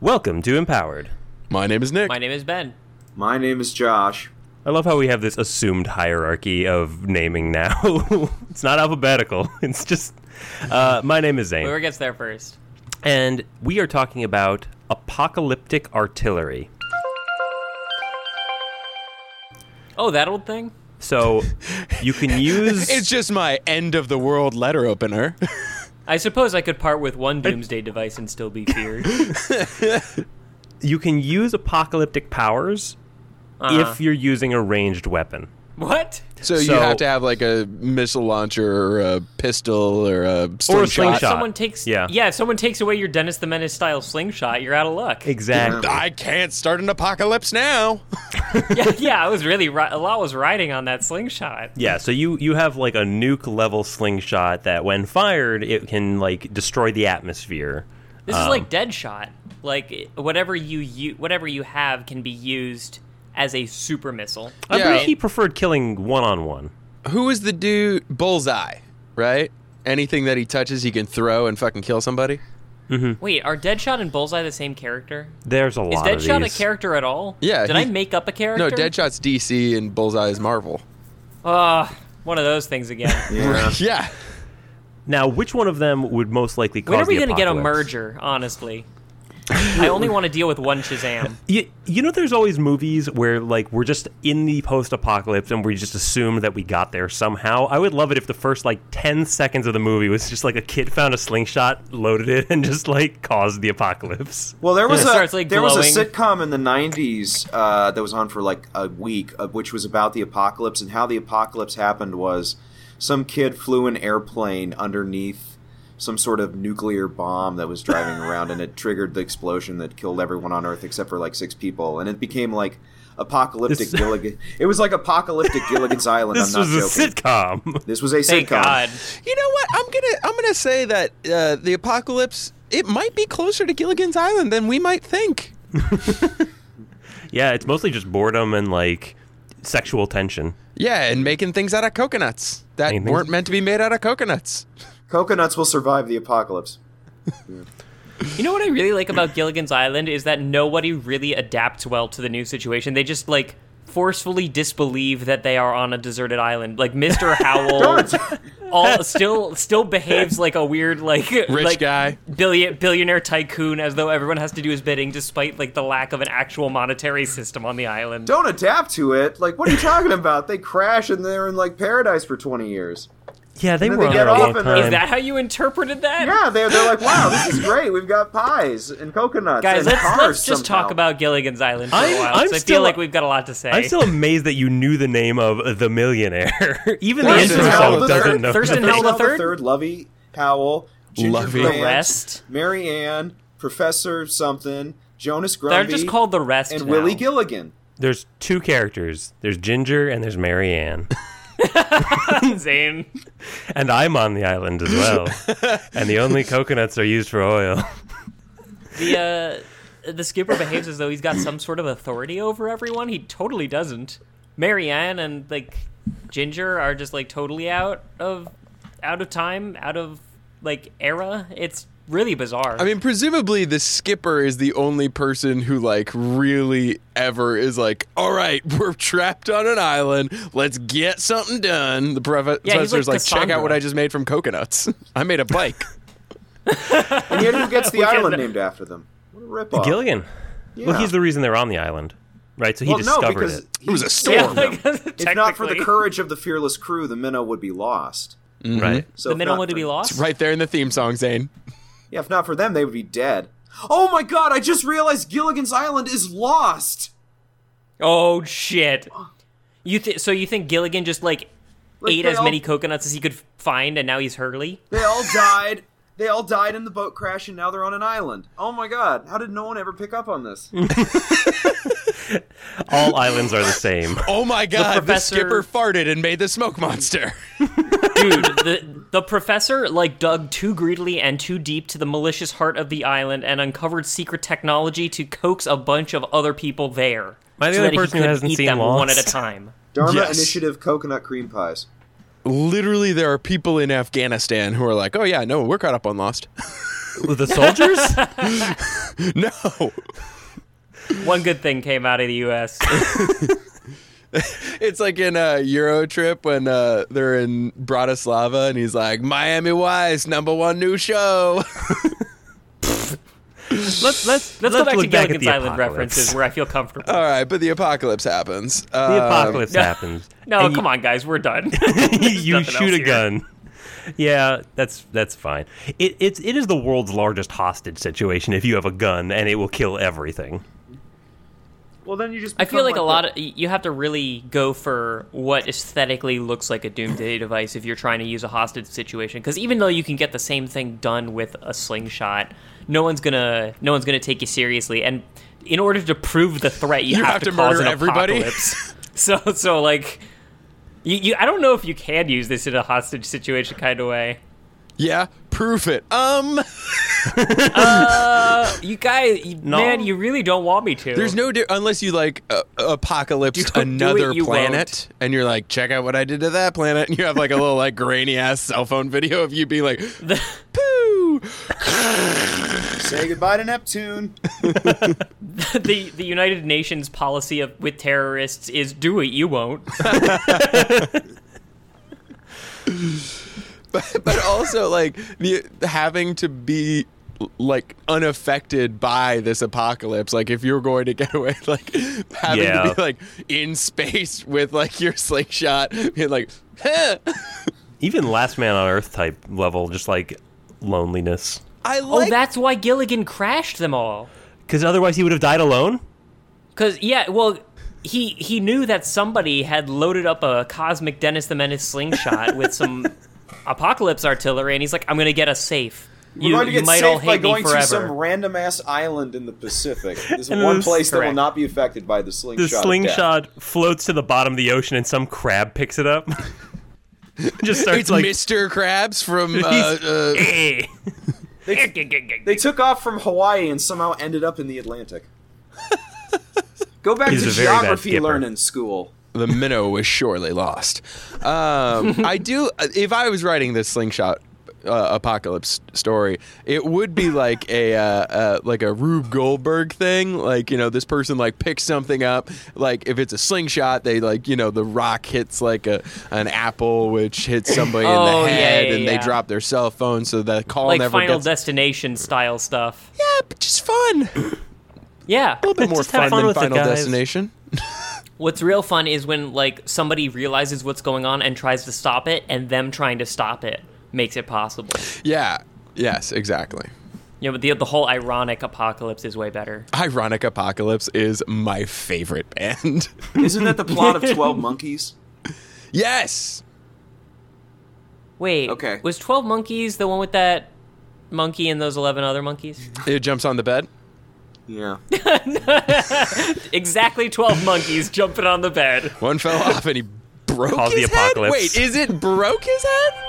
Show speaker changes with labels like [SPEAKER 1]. [SPEAKER 1] Welcome to Empowered.
[SPEAKER 2] My name is Nick.
[SPEAKER 3] My name is Ben.
[SPEAKER 4] My name is Josh.
[SPEAKER 1] I love how we have this assumed hierarchy of naming now. it's not alphabetical. It's just. Uh, my name is
[SPEAKER 3] Whoever
[SPEAKER 1] Zane,
[SPEAKER 3] gets there first.
[SPEAKER 1] and we are talking about apocalyptic artillery.
[SPEAKER 3] Oh, that old thing?
[SPEAKER 1] So you can use.
[SPEAKER 2] it's just my end of the world letter opener.
[SPEAKER 3] I suppose I could part with one doomsday device and still be feared.
[SPEAKER 1] you can use apocalyptic powers
[SPEAKER 3] Uh-huh.
[SPEAKER 1] if you're using a ranged weapon.
[SPEAKER 3] What?
[SPEAKER 2] So, you
[SPEAKER 1] So-
[SPEAKER 2] have to have like a missile launcher or a pistol or a slingshot.
[SPEAKER 1] slingshot.
[SPEAKER 3] If someone takes
[SPEAKER 1] Yeah.
[SPEAKER 3] yeah. if someone takes away your Dennis the Menace style slingshot, you're out of luck.
[SPEAKER 1] Exactly.
[SPEAKER 2] I can't start an apocalypse now.
[SPEAKER 3] yeah, yeah, I was really ri- a lot was riding on that slingshot.
[SPEAKER 1] Yeah, so you you have like a nuke level slingshot that when fired it can like destroy the atmosphere.
[SPEAKER 3] This
[SPEAKER 1] Um,
[SPEAKER 3] is like Deadshot. Like it- whatever you u- whatever you have can be used as a super missile.
[SPEAKER 1] I
[SPEAKER 2] Yeah.
[SPEAKER 1] believe he preferred killing one on one.
[SPEAKER 2] Who is the dude? Bullseye, right? Anything that he touches, he can throw and fucking kill somebody.
[SPEAKER 3] Wait, are Deadshot and Bullseye the same character?
[SPEAKER 1] There's a
[SPEAKER 3] Is
[SPEAKER 1] lot of
[SPEAKER 3] Deadshot a
[SPEAKER 1] these.
[SPEAKER 3] character at all?
[SPEAKER 2] Yeah,
[SPEAKER 3] Did I
[SPEAKER 2] he's-
[SPEAKER 3] make up a character?
[SPEAKER 2] No, Deadshot's DC and Bullseye is Marvel.
[SPEAKER 3] Ah, one of those things again.
[SPEAKER 4] Yeah.
[SPEAKER 2] Yeah.
[SPEAKER 1] Now, which one of them would most likely cause
[SPEAKER 3] When are we
[SPEAKER 1] the
[SPEAKER 3] going to get a
[SPEAKER 1] apocalypse?
[SPEAKER 3] merger, honestly? I only want to deal with one Shazam.
[SPEAKER 1] You, you know, there's always movies where like we're just in the post-apocalypse and we just assume that we got there somehow. I would love it if the first like ten seconds of the movie was just like a kid found a slingshot, loaded it, and just like caused the apocalypse.
[SPEAKER 4] Well, there was
[SPEAKER 3] It
[SPEAKER 4] a
[SPEAKER 3] starts, like,
[SPEAKER 4] there was a
[SPEAKER 3] glowing.
[SPEAKER 4] sitcom in the '90s uh, that was on for like a week, uh, which was about the apocalypse and how the apocalypse happened was some kid flew an airplane underneath some sort of nuclear bomb that was driving around, and it triggered the explosion that killed everyone on Earth except for like six people, and it became like apocalyptic
[SPEAKER 1] This-
[SPEAKER 4] Gilligan. It was like apocalyptic Gilligan's Island.
[SPEAKER 1] This
[SPEAKER 4] I'm
[SPEAKER 1] was
[SPEAKER 4] not
[SPEAKER 1] a
[SPEAKER 4] joking.
[SPEAKER 1] sitcom.
[SPEAKER 4] This was a
[SPEAKER 3] Thank
[SPEAKER 4] sitcom.
[SPEAKER 3] God.
[SPEAKER 2] You know what? I'm gonna I'm gonna say that uh, the apocalypse it might be closer to Gilligan's Island than we might think.
[SPEAKER 1] yeah, it's mostly just boredom and like sexual tension.
[SPEAKER 2] Yeah, and making things out of coconuts that
[SPEAKER 1] Anything-
[SPEAKER 2] weren't meant to be made out of coconuts.
[SPEAKER 4] Coconuts will survive the apocalypse.
[SPEAKER 3] You know what I really like about Gilligan's Island is that nobody really adapts well to the new situation. They just like forcefully disbelieve that they are on a deserted island. Like Mr. Howell all still still behaves like a weird like rich
[SPEAKER 2] guy.
[SPEAKER 3] billion, billionaire tycoon as though everyone has to do his bidding despite like the lack of an actual monetary system on the island.
[SPEAKER 4] don't adapt to it. Like, what are you talking about? They crash and they're in like paradise for twenty years.
[SPEAKER 1] Yeah, they
[SPEAKER 4] then
[SPEAKER 1] were
[SPEAKER 4] they
[SPEAKER 1] on
[SPEAKER 4] get
[SPEAKER 1] there a
[SPEAKER 4] off
[SPEAKER 1] long
[SPEAKER 4] and they're-
[SPEAKER 1] time.
[SPEAKER 3] Is that how you interpreted that?
[SPEAKER 4] Yeah, they're they're like, wow, this is great. We've got pies and coconuts.
[SPEAKER 3] Guys,
[SPEAKER 4] and
[SPEAKER 3] let's,
[SPEAKER 4] cars
[SPEAKER 3] let's just
[SPEAKER 4] somehow."
[SPEAKER 3] talk about Gilligan's Island for
[SPEAKER 1] I'm-
[SPEAKER 3] a while.
[SPEAKER 1] I'm
[SPEAKER 3] 'cause I
[SPEAKER 1] still-
[SPEAKER 3] feel like we've got a lot to say.
[SPEAKER 1] I'm still amazed that you knew the name of the millionaire. Even the
[SPEAKER 3] Thurston
[SPEAKER 1] intro
[SPEAKER 3] Howell
[SPEAKER 1] song
[SPEAKER 3] the
[SPEAKER 1] doesn't
[SPEAKER 3] third-
[SPEAKER 1] know.
[SPEAKER 3] Thurston
[SPEAKER 1] that.
[SPEAKER 3] Howell the
[SPEAKER 4] Third,
[SPEAKER 3] Third?
[SPEAKER 4] third Lovey Howell, Ginger
[SPEAKER 2] Lovey.
[SPEAKER 4] Grant,
[SPEAKER 3] The rest?
[SPEAKER 4] Mary Ann, Professor something, Jonas Grundy,
[SPEAKER 3] They're just called the rest.
[SPEAKER 4] and
[SPEAKER 3] now.
[SPEAKER 4] Willie Gilligan.
[SPEAKER 1] There's two characters. There's Ginger and there's Marianne,
[SPEAKER 3] Zane.
[SPEAKER 1] and I'm on the island as well. and the only coconuts are used for oil.
[SPEAKER 3] The uh, the skipper behaves as though he's got some sort of authority over everyone. He totally doesn't. Marianne and like Ginger are just like totally out of out of time, out of like era. It's really bizarre.
[SPEAKER 2] I mean, presumably the skipper is the only person who like really ever is like, all right, we're trapped on an island. Let's get something done. The prof-
[SPEAKER 3] Yeah, he's like
[SPEAKER 2] professor's like, check out
[SPEAKER 3] Cassandra.
[SPEAKER 2] what I just made from coconuts. I made a bike.
[SPEAKER 4] And yet, who gets the
[SPEAKER 3] can't-
[SPEAKER 4] island named after them? What a ripoff!
[SPEAKER 1] Gilligan. Well,
[SPEAKER 4] Yeah.
[SPEAKER 1] he's the reason they're on the island, right? So he
[SPEAKER 4] Well, no,
[SPEAKER 1] discovered
[SPEAKER 4] because
[SPEAKER 1] it.
[SPEAKER 4] it was a
[SPEAKER 3] Yeah,
[SPEAKER 4] storm.
[SPEAKER 3] like,
[SPEAKER 4] If not for the
[SPEAKER 3] technically.
[SPEAKER 4] courage of the fearless crew, the minnow would be lost.
[SPEAKER 1] Right.
[SPEAKER 4] So
[SPEAKER 3] the
[SPEAKER 4] if
[SPEAKER 3] minnow
[SPEAKER 4] not
[SPEAKER 3] would
[SPEAKER 4] for-
[SPEAKER 3] be lost.
[SPEAKER 2] right there in the theme song, Zane.
[SPEAKER 4] Yeah, if not for them, they would be dead. Oh my god, I just realized Gilligan's Island is lost!
[SPEAKER 3] Oh shit! You th- so you think Gilligan just like,
[SPEAKER 4] Like,
[SPEAKER 3] ate
[SPEAKER 4] they
[SPEAKER 3] as
[SPEAKER 4] all-
[SPEAKER 3] many coconuts as he could f- find, and now he's Hurley?
[SPEAKER 4] They all died. They all died in the boat crash, and now they're on an island. Oh my god, how did no one ever pick up on this?
[SPEAKER 1] All islands are the same.
[SPEAKER 2] Oh my God, the,
[SPEAKER 3] professor-
[SPEAKER 2] skipper farted and made the smoke monster.
[SPEAKER 3] Dude, the the professor like dug too greedily and too deep to the malicious heart of the island and uncovered secret technology to coax a bunch of other people there.
[SPEAKER 1] Am I the
[SPEAKER 3] so
[SPEAKER 1] only
[SPEAKER 3] that he
[SPEAKER 1] person who
[SPEAKER 3] could
[SPEAKER 1] hasn't
[SPEAKER 3] eat
[SPEAKER 1] seen
[SPEAKER 3] them one
[SPEAKER 1] Lost?
[SPEAKER 3] at a time.
[SPEAKER 4] Dharma
[SPEAKER 2] Yes.
[SPEAKER 4] Initiative coconut cream pies.
[SPEAKER 2] literally there are people in Afghanistan who are like, "Oh yeah, no, we're caught up on Lost."
[SPEAKER 1] the soldiers?
[SPEAKER 2] no.
[SPEAKER 3] One good thing came out of the U.S.
[SPEAKER 2] It's like in a Euro trip when uh, they're in Bratislava and he's like, Miami Vice, number one new show.
[SPEAKER 3] let's let's let's go
[SPEAKER 1] Let's
[SPEAKER 3] back to
[SPEAKER 1] look back at
[SPEAKER 3] Gilligan's
[SPEAKER 1] the
[SPEAKER 3] Island
[SPEAKER 1] apocalypse.
[SPEAKER 3] references where I feel comfortable.
[SPEAKER 2] All right, but the apocalypse happens. Uh,
[SPEAKER 1] the apocalypse
[SPEAKER 4] Um,
[SPEAKER 3] no.
[SPEAKER 1] happens.
[SPEAKER 3] no,
[SPEAKER 1] And you-
[SPEAKER 3] come on, guys, we're done.
[SPEAKER 1] you
[SPEAKER 3] nothing else
[SPEAKER 1] shoot a
[SPEAKER 3] here.
[SPEAKER 1] gun. Yeah, that's that's fine. It it's it is the world's largest hostage situation if you have a gun and it will kill everything.
[SPEAKER 4] Well, then you just.
[SPEAKER 3] I feel
[SPEAKER 4] become
[SPEAKER 3] like a
[SPEAKER 4] the-
[SPEAKER 3] lot of y- you have to really go for what aesthetically looks like a doomsday device if you're trying to use a hostage situation. Because even though you can get the same thing done with a slingshot, no one's gonna no one's gonna take you seriously. And in order to prove the threat, you,
[SPEAKER 2] You have to
[SPEAKER 3] cause
[SPEAKER 2] murder
[SPEAKER 3] an
[SPEAKER 2] everybody?
[SPEAKER 3] apocalypse. so so like you, you I don't know if you can use this in a hostage situation kind of way.
[SPEAKER 2] yeah, proof it. Um,
[SPEAKER 3] You guys, you,
[SPEAKER 1] No.
[SPEAKER 3] man, you really don't want me to.
[SPEAKER 2] there's no di- unless you like uh, apocalypse
[SPEAKER 3] Don't do
[SPEAKER 2] another
[SPEAKER 3] it, you
[SPEAKER 2] planet and you're like, check out what I did to that planet, and you have like a little like grainy ass cell phone video of you being like, poo.
[SPEAKER 4] Say goodbye to Neptune.
[SPEAKER 3] the the United Nations policy of with terrorists is do it, you won't.
[SPEAKER 2] but also like the having to be like unaffected by this apocalypse like if you're going to get away like having to
[SPEAKER 1] Yeah.
[SPEAKER 2] be like in space with like your slingshot being like huh.
[SPEAKER 1] Even last man on earth type level just like loneliness.
[SPEAKER 2] i
[SPEAKER 3] Oh,
[SPEAKER 2] like
[SPEAKER 3] that's why Gilligan crashed them all.
[SPEAKER 1] Cuz otherwise he would have died alone.
[SPEAKER 3] Cause yeah, well, he he knew that somebody had loaded up a cosmic Dennis the Menace slingshot with some apocalypse artillery, and he's like, "I'm gonna get us safe.
[SPEAKER 4] We're
[SPEAKER 3] you
[SPEAKER 4] going to
[SPEAKER 3] you
[SPEAKER 4] get
[SPEAKER 3] might all
[SPEAKER 4] safe
[SPEAKER 3] hate
[SPEAKER 4] by
[SPEAKER 3] me
[SPEAKER 4] going
[SPEAKER 3] forever."
[SPEAKER 4] to some random ass island in the Pacific. There's
[SPEAKER 1] And
[SPEAKER 4] one
[SPEAKER 1] this-
[SPEAKER 4] place that
[SPEAKER 3] correct.
[SPEAKER 4] will not be affected by the slingshot.
[SPEAKER 1] The
[SPEAKER 4] of death.
[SPEAKER 1] slingshot floats to the bottom of the ocean and some crab picks it up. just starts
[SPEAKER 2] it's
[SPEAKER 1] like
[SPEAKER 2] mr krabs from uh,
[SPEAKER 1] He's-
[SPEAKER 2] uh,
[SPEAKER 1] "Eh."
[SPEAKER 4] They took off from Hawaii and somehow ended up in the Atlantic. Go back
[SPEAKER 1] He's
[SPEAKER 4] to
[SPEAKER 1] a very bad
[SPEAKER 4] geography
[SPEAKER 1] skipper.
[SPEAKER 4] learning school.
[SPEAKER 2] the minnow was surely lost um, i do if i was writing this slingshot uh, apocalypse story it would be like a uh, uh, like a rube goldberg thing like you know this person like picks something up like if it's a slingshot they like you know the rock hits like a an apple which hits somebody in
[SPEAKER 3] Oh,
[SPEAKER 2] the
[SPEAKER 3] yeah,
[SPEAKER 2] head
[SPEAKER 3] yeah,
[SPEAKER 2] and they
[SPEAKER 3] yeah.
[SPEAKER 2] drop their cell phone so the call
[SPEAKER 3] like
[SPEAKER 2] never
[SPEAKER 3] Final
[SPEAKER 2] gets
[SPEAKER 3] Destination style stuff.
[SPEAKER 2] yeah but just fun a little
[SPEAKER 3] Yeah.
[SPEAKER 2] bit more
[SPEAKER 1] Just have
[SPEAKER 2] fun,
[SPEAKER 1] fun
[SPEAKER 2] than
[SPEAKER 1] with it,
[SPEAKER 2] final
[SPEAKER 1] guys.
[SPEAKER 2] destination
[SPEAKER 3] What's real fun is when like somebody realizes what's going on and tries to stop it, and them trying to stop it makes it possible.
[SPEAKER 2] yeah yes exactly
[SPEAKER 3] Yeah, but the the whole ironic apocalypse is way better.
[SPEAKER 2] Ironic Apocalypse is my favorite band.
[SPEAKER 4] Isn't that the plot of Twelve Monkeys?
[SPEAKER 2] yes.
[SPEAKER 3] Wait.
[SPEAKER 4] Okay.
[SPEAKER 3] Was Twelve Monkeys the one with that monkey and those eleven other monkeys?
[SPEAKER 2] It jumps on the bed.
[SPEAKER 4] Yeah.
[SPEAKER 3] exactly twelve monkeys jumping on the bed.
[SPEAKER 2] One fell off and he broke
[SPEAKER 1] Caused the
[SPEAKER 2] his head.
[SPEAKER 1] apocalypse.
[SPEAKER 2] Wait, is it broke his head?